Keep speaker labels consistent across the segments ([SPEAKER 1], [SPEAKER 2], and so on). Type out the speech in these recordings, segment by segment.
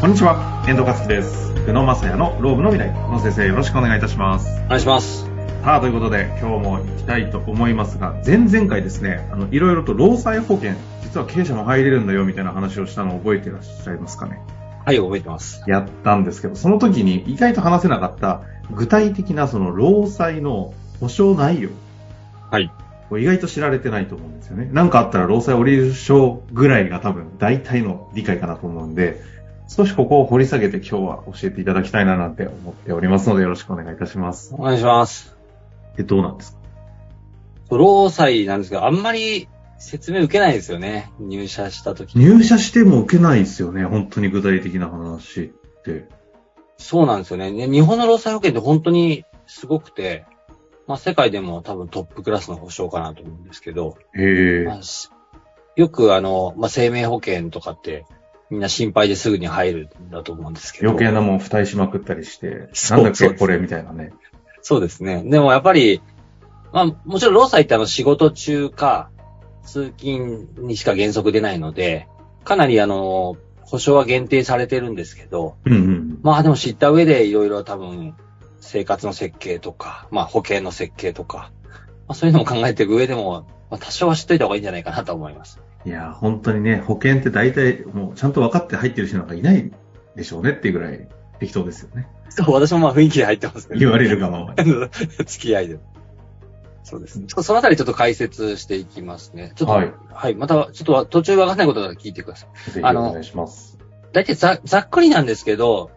[SPEAKER 1] こんにちは、遠藤和樹です。宇野正也のローブの未来。宇野先生、よろしくお願いいたします。
[SPEAKER 2] お願いします。
[SPEAKER 1] さあ、ということで、今日も行きたいと思いますが、前々回ですね、あの、いろいろと労災保険、実は経営者も入れるんだよ、みたいな話をしたのを覚えていらっしゃいますかね。
[SPEAKER 2] はい、覚えてます。
[SPEAKER 1] やったんですけど、その時に意外と話せなかった、具体的なその労災の保障内容、
[SPEAKER 2] はい。
[SPEAKER 1] これ意外と知られてないと思うんですよね。なんかあったら労災降りる症ぐらいが多分大体の理解かなと思うんで、少しここを掘り下げて今日は教えていただきたいななんて思っておりますのでよろしくお願いいたします。
[SPEAKER 2] お願いします。
[SPEAKER 1] え、どうなんですか
[SPEAKER 2] 労災なんですけど、あんまり説明受けないですよね。入社した時
[SPEAKER 1] 入社しても受けないですよね。本当に具体的な話って。
[SPEAKER 2] そうなんですよね。ね日本の労災保険って本当にすごくて、まあ世界でも多分トップクラスの保障かなと思うんですけど、
[SPEAKER 1] へ
[SPEAKER 2] ま
[SPEAKER 1] え。
[SPEAKER 2] あしよくあの、まあ生命保険とかってみんな心配ですぐに入るんだと思うんですけど。
[SPEAKER 1] 余計なもん付帯しまくったりして、
[SPEAKER 2] そ
[SPEAKER 1] な
[SPEAKER 2] うん
[SPEAKER 1] だっ
[SPEAKER 2] そう
[SPEAKER 1] け
[SPEAKER 2] です
[SPEAKER 1] これみたいなね。
[SPEAKER 2] そうですね。でもやっぱり、まあもちろん労災ってあの仕事中か通勤にしか原則出ないので、かなりあの、保障は限定されてるんですけど、
[SPEAKER 1] うんうん。
[SPEAKER 2] まあでも知った上でいろいろ多分生活の設計とか、まあ保険の設計とか、まあそういうのも考えていく上でも、まあ多少は知っといた方がいいんじゃないかなと思います。
[SPEAKER 1] いや、本当にね、保険って大体もうちゃんと分かって入ってる人なんかいないでしょうねっていうぐらい適当ですよね。
[SPEAKER 2] そう私もまあ雰囲気で入ってますけど
[SPEAKER 1] 言われるがままに。
[SPEAKER 2] 付き合いで。そうですね。ちょっとそのあたりちょっと解説していきますね。ちょっと、
[SPEAKER 1] は
[SPEAKER 2] はいい。また、ちょっとは途中わかんないことだったら聞いてください。
[SPEAKER 1] ぜひ
[SPEAKER 2] あの
[SPEAKER 1] お願いします。
[SPEAKER 2] 大体ざざっくりなんですけど、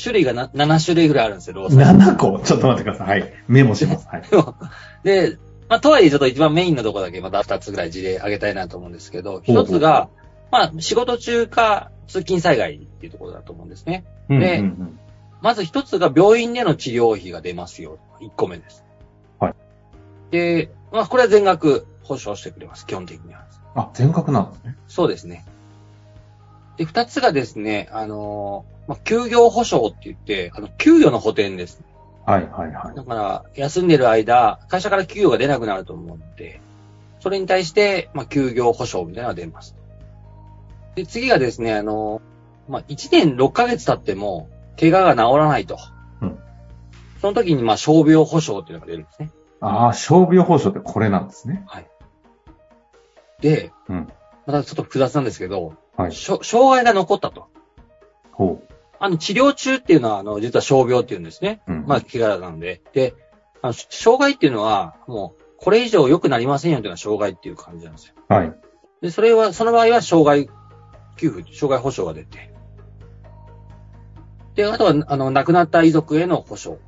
[SPEAKER 2] 種類がな7種類ぐらいあるんですよ、労災。
[SPEAKER 1] 7個ちょっと待ってください。はい。メモします。はい。
[SPEAKER 2] で、まあ、とはいえちょっと一番メインのとこだけまた2つぐらい事例挙げたいなと思うんですけど、
[SPEAKER 1] ほうほう
[SPEAKER 2] 一つが、まあ、仕事中か通勤災害っていうところだと思うんですね。
[SPEAKER 1] うんうん
[SPEAKER 2] で
[SPEAKER 1] うん
[SPEAKER 2] まず一つが病院での治療費が出ますよ。一個目です。
[SPEAKER 1] はい。
[SPEAKER 2] で、まあ、これは全額保証してくれます、基本的には。
[SPEAKER 1] あ、全額なんですね。
[SPEAKER 2] そうですね。で、二つがですね、あのーまあ、休業保証って言って、あの、給与の補填ですね。
[SPEAKER 1] はいはいはい。
[SPEAKER 2] だから、休んでる間、会社から給与が出なくなると思うので、それに対して、まあ、休業保証みたいなのが出ます。で、次がですね、あのーまあ、1年6ヶ月経っても、怪我が治らないと。
[SPEAKER 1] うん
[SPEAKER 2] その時に、まあ、傷病保証っていうのが出るんですね。
[SPEAKER 1] ああ、傷病保障ってこれなんですね。
[SPEAKER 2] で、
[SPEAKER 1] うん
[SPEAKER 2] またちょっと複雑なんですけど、
[SPEAKER 1] はい
[SPEAKER 2] しょ障害が残ったと。
[SPEAKER 1] ほ
[SPEAKER 2] あの、治療中っていうのは、あの、実は傷病っていうんですね。
[SPEAKER 1] う。うん。
[SPEAKER 2] まあ、怪我なんで。で、あの、し障害っていうのは、もう、これ以上良くなりませんよっていうのは障害っていう感じなんですよ。
[SPEAKER 1] はい。
[SPEAKER 2] で、それは、その場合は、障害給付、障害保障が出て。で、あとは、あの、亡くなった遺族への保障。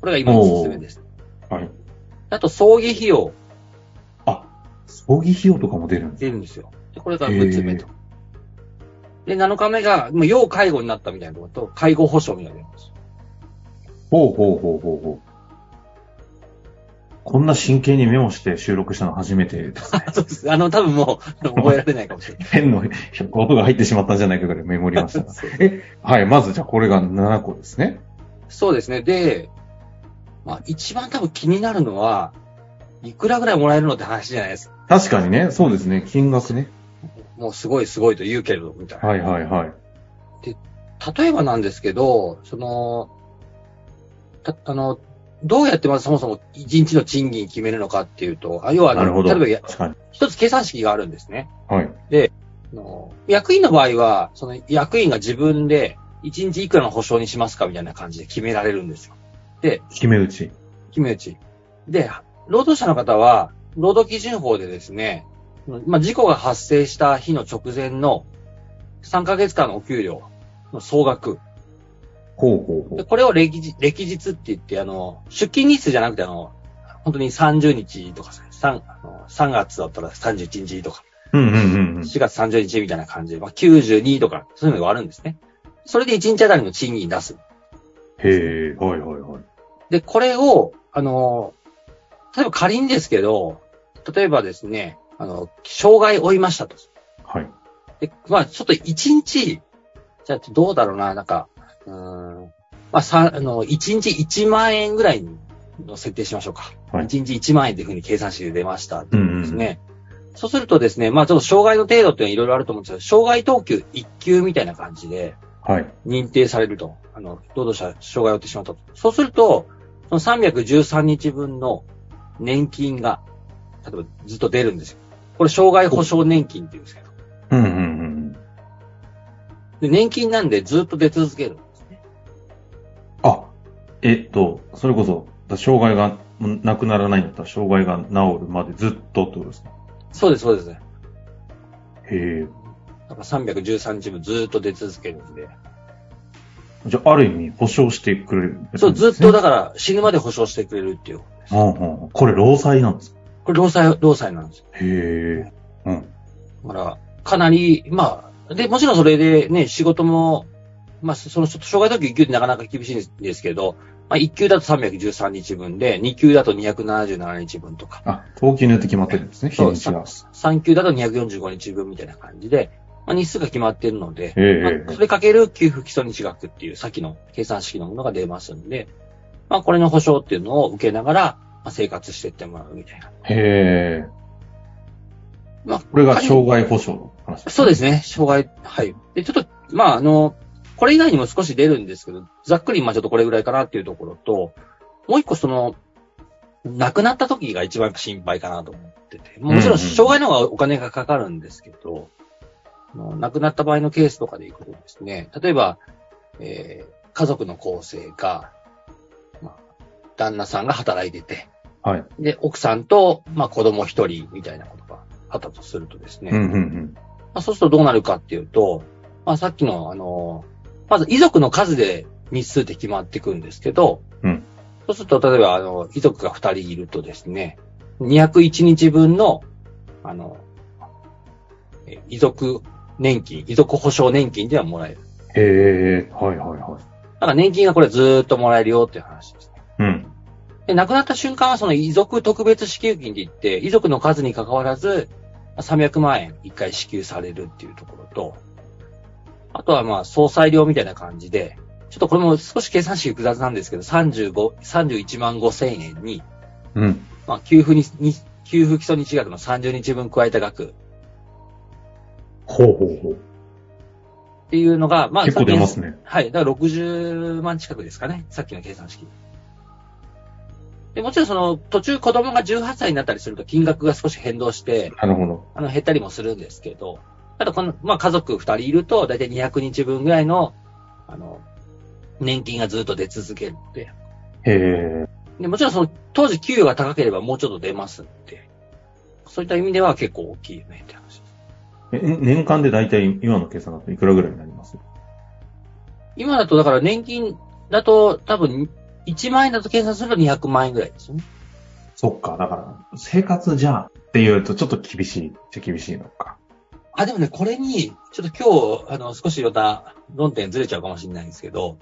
[SPEAKER 2] これが今のおすすめです。
[SPEAKER 1] はい。
[SPEAKER 2] あと、葬儀費用
[SPEAKER 1] 葬儀費用とかも出るんです
[SPEAKER 2] 出るんですよ。で、これが6つ目と。で、7日目が、もう要介護になったみたいなことと、介護保障みたいなのが出るんですよ。
[SPEAKER 1] ほうほうほうほうほう。こんな真剣にメモして収録したの初めてですね。
[SPEAKER 2] あそう です。あの、多分もう、覚えられないかもしれない。
[SPEAKER 1] 変の音が入ってしまったんじゃないかぐらいメモりました が。え、はい。まずじゃあこれが7個ですね。
[SPEAKER 2] そうですね。で、まあ、一番多分気になるのは、いくらぐらいもらえるのって話じゃないですか。
[SPEAKER 1] 確かにね、そうですね。金額ね。
[SPEAKER 2] もうすごいすごいと言うけれど、みたいな。
[SPEAKER 1] はいはいはい。
[SPEAKER 2] 例えばなんですけど、その、たあの、どうやってまずそもそも一日の賃金決めるのかっていうと、あ要はあの
[SPEAKER 1] なるほど。
[SPEAKER 2] 例えばや
[SPEAKER 1] 確かに。
[SPEAKER 2] 一つ計算式があるんですね。
[SPEAKER 1] はい。
[SPEAKER 2] あの役員の場合は、その役員が自分で一日いくらの保証にしますかみたいな感じで決められるんですよ
[SPEAKER 1] 決め打ち。
[SPEAKER 2] 決め打ち。で、労働者の方は、労働基準法でですね、まあ、事故が発生した日の直前の3ヶ月間のお給料の総額。
[SPEAKER 1] ほうほうほ
[SPEAKER 2] で
[SPEAKER 1] う。
[SPEAKER 2] これを歴日歴日って言って、あの、出勤日数じゃなくて、あの、本当に30日とか3、あの3月だったら31日とか、
[SPEAKER 1] うんうんうんうん。
[SPEAKER 2] 4月30日みたいな感じで、まあ、92とか、そういうのがあるんですね。それで1日あたりの賃金出す。
[SPEAKER 1] へえ、はいはいはい。
[SPEAKER 2] で、これを、あの、例えば仮にですけど、例えばですね、あの、障害を負いましたと。
[SPEAKER 1] はい。
[SPEAKER 2] で、まあ、ちょっと一日、じゃあどうだろうな、なんか、うーん、まあ、さ、あの、一日1万円ぐらいの設定しましょうか。
[SPEAKER 1] はい
[SPEAKER 2] 一日1万円というふうに計算式で出ました。
[SPEAKER 1] うんうん。
[SPEAKER 2] ですね。そうするとですね、まあ、ちょっと障害の程度っていうのはいろいろあると思うんですけど、障害等級1級みたいな感じで、
[SPEAKER 1] はい。
[SPEAKER 2] 認定されると。あの、労働者、障害を負ってしまったと。そうすると、その313日分の年金が、例えばずっと出るんですよ。これ、障害保障年金って言うんですけど。
[SPEAKER 1] うんうんうん。
[SPEAKER 2] で年金なんでずっと出続けるんですね。
[SPEAKER 1] あ、えっと、それこそ、だ障害がなくならないんだったら、障害が治るまでずっとってことですか
[SPEAKER 2] そうです、そうです。だか
[SPEAKER 1] へえ。
[SPEAKER 2] ら313日分ずっと出続けるんで。
[SPEAKER 1] じゃあ、ある意味、保障してくれる、
[SPEAKER 2] そう、ずっとだから死ぬまで保障してくれるっていう。
[SPEAKER 1] うんうん。これ、労災なんですか
[SPEAKER 2] これ、労災、労災なんですよ。
[SPEAKER 1] へえ。うん。
[SPEAKER 2] だから、かなり、まあ、で、もちろんそれでね、仕事も、まあ、その、ちょっと障害特急1級ってなかなか厳しいんですけど、まあ、1級だと313日分で、2級だと277日分とか、
[SPEAKER 1] あ、等級によって決まってるんですね、日
[SPEAKER 2] そう
[SPEAKER 1] にちが。
[SPEAKER 2] 3級だと245日分みたいな感じで、まあ、日数が決まってるので、ま
[SPEAKER 1] え
[SPEAKER 2] あ
[SPEAKER 1] え
[SPEAKER 2] そ。れかける給付基礎日額っていう、さっきの計算式のものが出ますんで、まあ、これの保証っていうのを受けながら、まあ、生活していってもらうみたいな。
[SPEAKER 1] へえ。
[SPEAKER 2] まあ、
[SPEAKER 1] これが障害保障の話
[SPEAKER 2] そうですね。障害、はい。で、ちょっと、まあ、あの、これ以外にも少し出るんですけど、ざっくり、まあちょっとこれぐらいかなっていうところと、もう一個その、亡くなった時が一番心配かなと思ってて、もち
[SPEAKER 1] うんう
[SPEAKER 2] ろ
[SPEAKER 1] ん
[SPEAKER 2] ん障害の方がお金がかかるんですけど、あの亡くなった場合のケースとかでいくとですね、例えば、えー家族の構成が、まあ、旦那さんが働いてて、
[SPEAKER 1] はい。
[SPEAKER 2] で、奥さんと、まあ子供一人みたいなことがあったとするとですね、
[SPEAKER 1] うんうんうん。
[SPEAKER 2] まあ、そうするとどうなるかっていうと、まあ、さっきの、あの、まず遺族の数で日数って決まってくるんですけど、
[SPEAKER 1] うん
[SPEAKER 2] そうすると、例えば、あの、遺族が2人いるとですね、201日分の、あの、え遺族年金、遺族保障年金ではもらえる。
[SPEAKER 1] へえ。はいはいはい。
[SPEAKER 2] だから年金がこれずーっともらえるよっていう話ですね。
[SPEAKER 1] うん。
[SPEAKER 2] で、亡くなった瞬間はその遺族特別支給金って言って、遺族の数に関わらず、まあ300万円一回支給されるっていうところと、あとはまあ、総裁料みたいな感じで、ちょっとこれも少し計算式複雑なんですけど、35、31万5千円に、
[SPEAKER 1] うん。
[SPEAKER 2] まあ、給付に、に給付基礎日額の30日分加えた額
[SPEAKER 1] ほうほうほう。
[SPEAKER 2] っていうのが、まあ、
[SPEAKER 1] 結構出ま
[SPEAKER 2] さっ
[SPEAKER 1] すね。
[SPEAKER 2] きのはい。だから60万近くですかね。さっきの計算式。で、もちろんその、途中子供が18歳になったりすると金額が少し変動して、
[SPEAKER 1] なるほど。
[SPEAKER 2] あの、減ったりもするんですけど、ただこの、まあ、家族二人いると、だいたい200日分ぐらいの、あの、年金がずっと出続けるんで。
[SPEAKER 1] へえ。
[SPEAKER 2] で、もちろんその、当時給与が高ければもうちょっと出ますんで。そういった意味では結構大きいよねって話です。
[SPEAKER 1] え年間で大体今の計算だといくらぐらいになります
[SPEAKER 2] 今だと、だから年金だと、多分、1万円だと計算すると200万円ぐらいですよね。
[SPEAKER 1] そっか、だから、生活じゃんって言うとちょっと厳しいっちゃ厳しいのか。
[SPEAKER 2] あ、でもね、これに、ちょっと今日、あの、少しまた論点ずれちゃうかもしれないんですけど、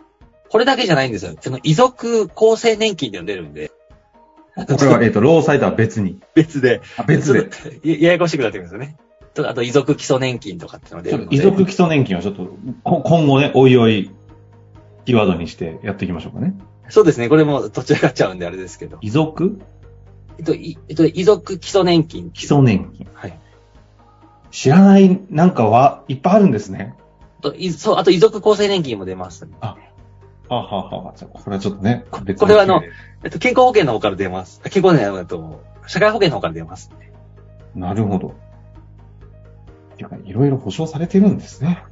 [SPEAKER 2] これだけじゃないんですよ。その、遺族厚生年金っていうの出るんで。
[SPEAKER 1] これは、えっ、と、労災とは別に。
[SPEAKER 2] 別で。
[SPEAKER 1] あ、別で。
[SPEAKER 2] ちょっとやややこしくなってくるんですよね。とあと、遺族基礎年金とかっていうので
[SPEAKER 1] ちょっと遺族基礎年金はちょっと、こ今後ね、おいおい、キーワードにしてやっていきましょうかね。
[SPEAKER 2] そうですね。これも途中かっちゃうんであれですけど。
[SPEAKER 1] 遺族
[SPEAKER 2] えっと、いえっと、遺族基礎年金。
[SPEAKER 1] 基礎年金。
[SPEAKER 2] はい。
[SPEAKER 1] 知らないなんかはいっぱいあるんですね。
[SPEAKER 2] と、いそう、あと遺族厚生年金も出ます。
[SPEAKER 1] はあ、はあはあ、じゃあこれはちょっとね、別
[SPEAKER 2] これはあの、えっと、健康保険の方から出ます。あ健康保険の方だと、社会保険の方から出ます。
[SPEAKER 1] なるほど。いやいろいろ保障されてるんですね。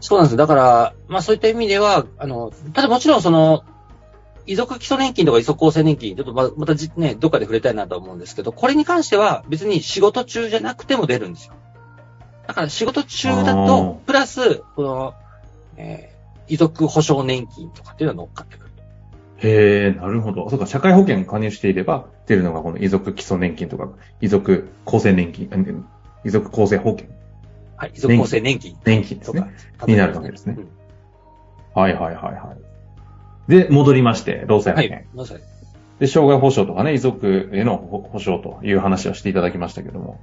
[SPEAKER 2] そうなんです。だから、まあそういった意味では、あの、ただもちろんその、遺族基礎年金とか遺族厚生年金、ちょっとままたじね、どっかで触れたいなと思うんですけど、これに関しては別に仕事中じゃなくても出るんですよ。だから仕事中だ
[SPEAKER 1] あー
[SPEAKER 2] と、プラス、この、えー遺族保障年金とかっていうのが乗っかってくる。
[SPEAKER 1] へえ、なるほど。そうか、社会保険に加入していれば、出るのがこの遺族基礎年金とか、遺族厚生年金、うん遺族厚生保険、
[SPEAKER 2] はい、遺族厚生年金
[SPEAKER 1] 年金で
[SPEAKER 2] と
[SPEAKER 1] す
[SPEAKER 2] か
[SPEAKER 1] ね。。になるわけですね
[SPEAKER 2] うん
[SPEAKER 1] はいはいはいはい。で、戻りまして、労災保
[SPEAKER 2] は
[SPEAKER 1] 険。
[SPEAKER 2] い、まさに。
[SPEAKER 1] で、障害保障とかね、遺族への保保障という話をしていただきましたけども。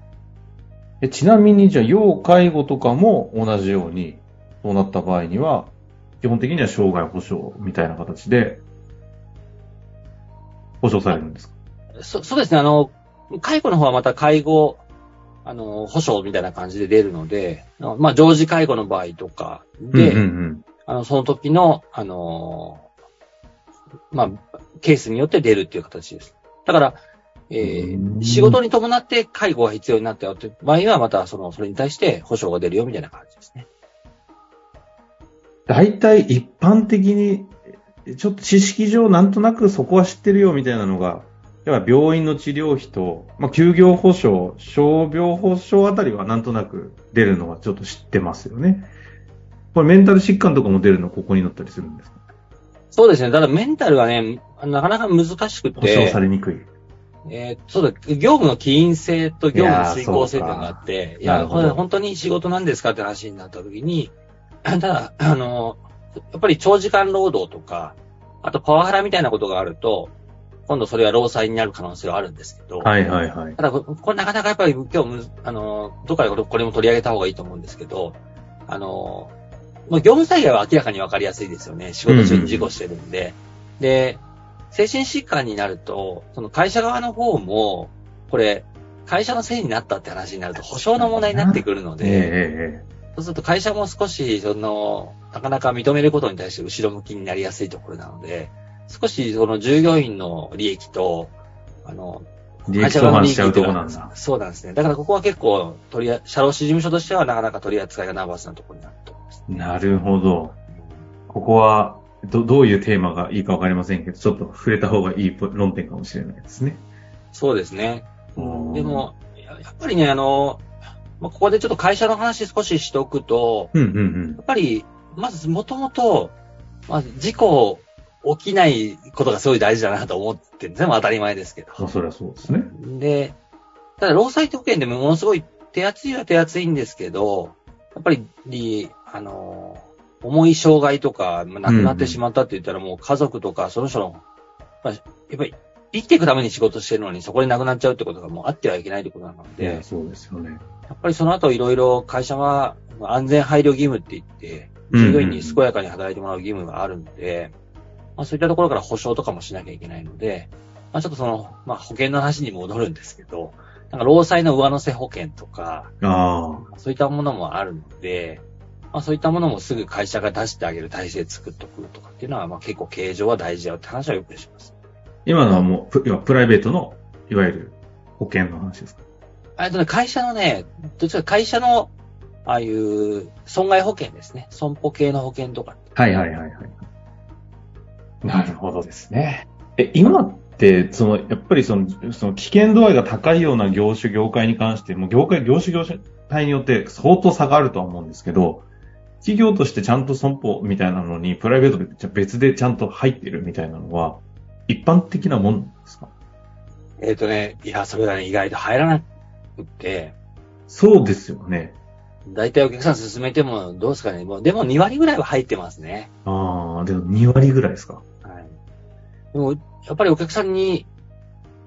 [SPEAKER 1] えちなみに、じゃあ、要介護とかも同じように、そうなった場合には、基本的には障害保障みたいな形で、保障されるんですか
[SPEAKER 2] そそうですね、あの、介護の方はまた介護、あの、保障みたいな感じで出るので、あのまあ、常時介護の場合とかで、
[SPEAKER 1] うんうんうん。
[SPEAKER 2] あの、その時の、あのーまあ、ケースによって出るっていう形です。だから、え
[SPEAKER 1] う
[SPEAKER 2] ー、
[SPEAKER 1] ん
[SPEAKER 2] 仕事に伴って介護が必要になったよって場合は、また、その、それに対して保証が出るよみたいな感じですね。
[SPEAKER 1] 大体一般的に、ちょっと知識上なんとなくそこは知ってるよみたいなのが、やっぱ病院の治療費と、まあ、休業保障、傷病保障あたりはなんとなく出るのはちょっと知ってますよね。これメンタル疾患とかも出るのここになったりするんですか
[SPEAKER 2] そうですね。ただメンタルがね、なかなか難しく
[SPEAKER 1] 保障
[SPEAKER 2] て
[SPEAKER 1] さ、れにくい。
[SPEAKER 2] えーそうだ、業務の起因性と業務の遂行性っていうのがあって、い
[SPEAKER 1] いやー
[SPEAKER 2] や、
[SPEAKER 1] そうか
[SPEAKER 2] こ
[SPEAKER 1] なるほ
[SPEAKER 2] れ
[SPEAKER 1] ど
[SPEAKER 2] 本当に仕事なんですかって話になった時に、ただ、あの、やっぱり長時間労働とか、あとパワハラみたいなことがあると、今度それは労災になる可能性はあるんですけど、
[SPEAKER 1] はいはいはい。
[SPEAKER 2] ただ、ここれなかなかやっぱり今日むず、あの、どっかでこれこれも取り上げた方がいいと思うんですけど、あの、まあ、業務災害は明らかにわかりやすいですよね。仕事中に事故してるんで。で、精神疾患になると、その会社側の方も、これ、会社のせいになったって話になると保証の問題になってくるの
[SPEAKER 1] えええ
[SPEAKER 2] で、
[SPEAKER 1] ええ
[SPEAKER 2] そうすると会社も少し、その、なかなか認めることに対して後ろ向きになりやすいところなので、少しその従業員の利益と、あの、
[SPEAKER 1] えリエクトマンしちゃうとこなんだ。
[SPEAKER 2] そうなんですね。だからここは結構取りあ、社労士事務所としてはなかなか取り扱いがナーバスなところになると思います。
[SPEAKER 1] なるほど。ここは、ど、どういうテーマがいいかわかりませんけど、ちょっと触れた方がいいポ論点かもしれないですね。
[SPEAKER 2] そうですね。
[SPEAKER 1] で
[SPEAKER 2] で、も、ややっぱりね、あの、まあ、ここでちょっと会社の話少ししておくと、
[SPEAKER 1] うんうんうん
[SPEAKER 2] や。っぱり、まずもともと、まあ、事故起きないことがすごい大事だなと思ってるんですね。まあ、当たり前ですけど。
[SPEAKER 1] まあ、それはそうですね。
[SPEAKER 2] で、ただ、労災保険でもものすごい手厚いは手厚いんですけど、やっぱり、りあの、重い障害とか、まあ亡くなってしまったって言ったら、もう家族とか、その人の、まあ、やっぱり、生きていくために仕事してるのに、そこで亡くなっちゃうってことがもうあってはいけないってことなの
[SPEAKER 1] い
[SPEAKER 2] で
[SPEAKER 1] や、、そうですよね。
[SPEAKER 2] やっぱりその後いろいろ会社はまあ安全配慮義務って言って、従業員に健やかに働いてもらう義務があるので、まあ、そういったところから保証とかもしなきゃいけないので、まあ、ちょっとその、まあ、保険の話に戻るんですけど、なんか労災の上乗せ保険とか、
[SPEAKER 1] あ
[SPEAKER 2] そういったものもあるので、まあ、そういったものもすぐ会社が出してあげる体制作っとくとかっていうのは、まあ、結構形状は大事だよって話はよくします。
[SPEAKER 1] あ。今のはもうプ、要はプライベートの、いわゆる保険の話ですか。
[SPEAKER 2] あとね、会社のね、どっちか会社の、ああいう損害保険ですね。損保系の保険とか
[SPEAKER 1] はいはいはいはい。なるほどですね。え、今って、その、やっぱりその、その危険度合いが高いような業種、業界に関して、もう業界、業種、業種体によって相当差があるとは思うんですけど、企業としてちゃんと損保みたいなのに、プライベートでじゃあ別でちゃんと入ってるみたいなのは、一般的なもんですか
[SPEAKER 2] えっ、とね、いや、それがね、意外と入らなくて、
[SPEAKER 1] そうですよね。
[SPEAKER 2] だいたいお客さん進めてもどうですかね。もうでも2割ぐらいは入ってますね。
[SPEAKER 1] ああ、でも2割ぐらいですか。
[SPEAKER 2] はい。でも、やっぱりお客さんに、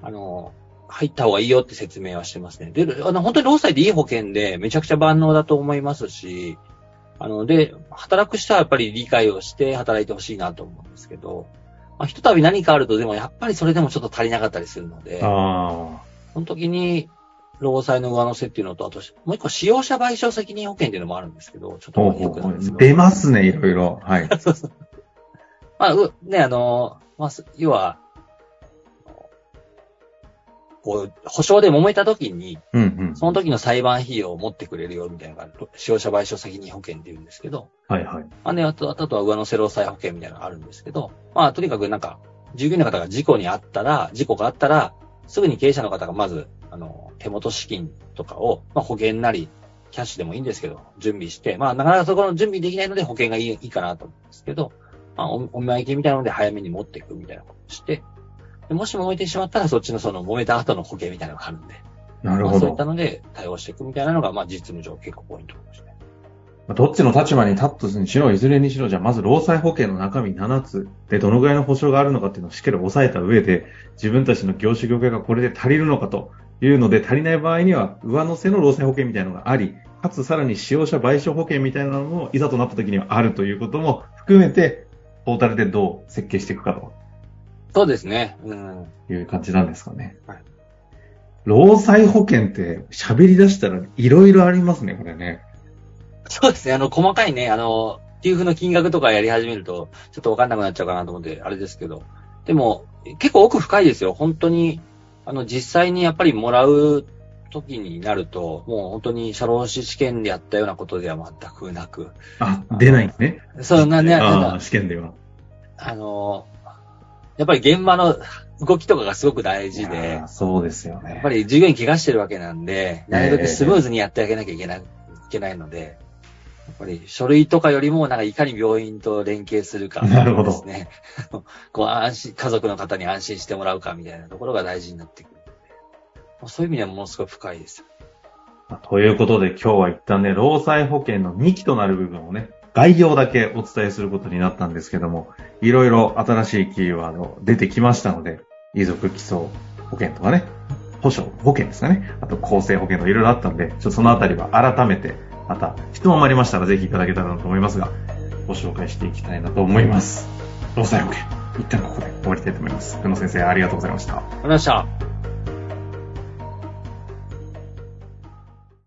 [SPEAKER 2] あの、入った方がいいよって説明はしてますね。で、あの、本当に労災でいい保険で、めちゃくちゃ万能だと思いますし、あの、で、働く人はやっぱり理解をして働いてほしいなと思うんですけど、まあ、ひとたび何かあると、でもやっぱりそれでもちょっと足りなかったりするので、
[SPEAKER 1] あ
[SPEAKER 2] その時に、労災の上乗せっていうのと、あと、もう一個、使用者賠償責任保険っていうのもあるんですけど、ちょっ
[SPEAKER 1] あ、
[SPEAKER 2] と
[SPEAKER 1] ほう
[SPEAKER 2] まあ
[SPEAKER 1] ほ
[SPEAKER 2] よ
[SPEAKER 1] う
[SPEAKER 2] く
[SPEAKER 1] ほ
[SPEAKER 2] なんです
[SPEAKER 1] う。
[SPEAKER 2] け
[SPEAKER 1] 出
[SPEAKER 2] ど。
[SPEAKER 1] ますね、いろいろ。はい。
[SPEAKER 2] まあ、う、ね、あの、まあ、す要は、こう、保証で揉めた時に、
[SPEAKER 1] うんうん。
[SPEAKER 2] その時の裁判費用を持ってくれるよみたいなのが、使用者賠償責任保険って言うんですけど、
[SPEAKER 1] はいはい。
[SPEAKER 2] まあね、あと、あとは上乗せ労災保険みたいなのがあるんですけど、まあ、とにかくなんか、従業員の方が事故にあったら、事故があったら、すぐに経営者の方がまず、あの、手元資金とかを、まあ、保険なり、キャッシュでもいいんですけど、準備して、まあ、なかなかそこの準備できないので保険がいいいいかなと思うんですけど、まあ、おお見舞い金みたいなので早めに持っていくみたいなことをして、でもし揉めてしまったら、そっちのその揉めた後の保険みたいなのがあるんで、
[SPEAKER 1] なる
[SPEAKER 2] ま
[SPEAKER 1] ほ
[SPEAKER 2] あ、そういっ
[SPEAKER 1] ど
[SPEAKER 2] た。ので対応していくみたいなのが、まあ、実務上結構ポイントかもしれない。
[SPEAKER 1] まあどっちの立場に立つにしろ、いずれにしろ、じゃあまず労災保険の中身7つで、どのぐらいの保障があるのかっていうのをしっかり押さえた上で、自分たちの業種業界がこれで足りるのかというので、足りない場合には上乗せの労災保険みたいなのがあり、かつさらに使用者賠償保険みたいなのも、いざとなった時にはあるということも含めて、トータルでどう設計していくかと
[SPEAKER 2] そうですね。うん。
[SPEAKER 1] いう感じなんですかね。
[SPEAKER 2] はい
[SPEAKER 1] 労災保険って喋り出したらいろいろありますね、これね。
[SPEAKER 2] そうですね。あの、細かいね、あの、給付の金額とかやり始めると、ちょっとわかんなくなっちゃうかなと思って、あれですけど。でも、結構奥深いですよ。本当に、あの、実際にやっぱりもらう時になると、もう本当に社労士試験でやったようなことでは全くなく。
[SPEAKER 1] あ、出ないんですね。
[SPEAKER 2] そう、な、ね、なん
[SPEAKER 1] あ
[SPEAKER 2] か
[SPEAKER 1] あ、試験では。
[SPEAKER 2] あの、やっぱり現場の動きとかがすごく大事で
[SPEAKER 1] ああ、そうですよね。
[SPEAKER 2] やっぱり従業員怪我してるわけなんで、なるべくスムーズにやってあげなきゃいけない,、いけないので、やっぱり書類とかよりも、なんかいかに病院と連携するか、
[SPEAKER 1] なるほど
[SPEAKER 2] ですね。 こう安心、家族の方に安心してもらうかみたいなところが大事になってくるのでまあそういう意味ではものすごい深いですよ。
[SPEAKER 1] まあということで今日は一旦ね、労災保険の2期となる部分をね、概要だけお伝えすることになったんですけども、いろいろ新しいキーワード出てきましたので、遺族基礎保険とかね、保証保険ですかね、あと厚生保険とかいろいろあったんで、ちょっとそのあたりは改めて、また質問もありましたらぜひいただけたらなと思いますが、ご紹介していきたいなと思います。労災保険、一旦ここで終わりたいと思います。久野先生ありがとうございました。
[SPEAKER 2] わかりました。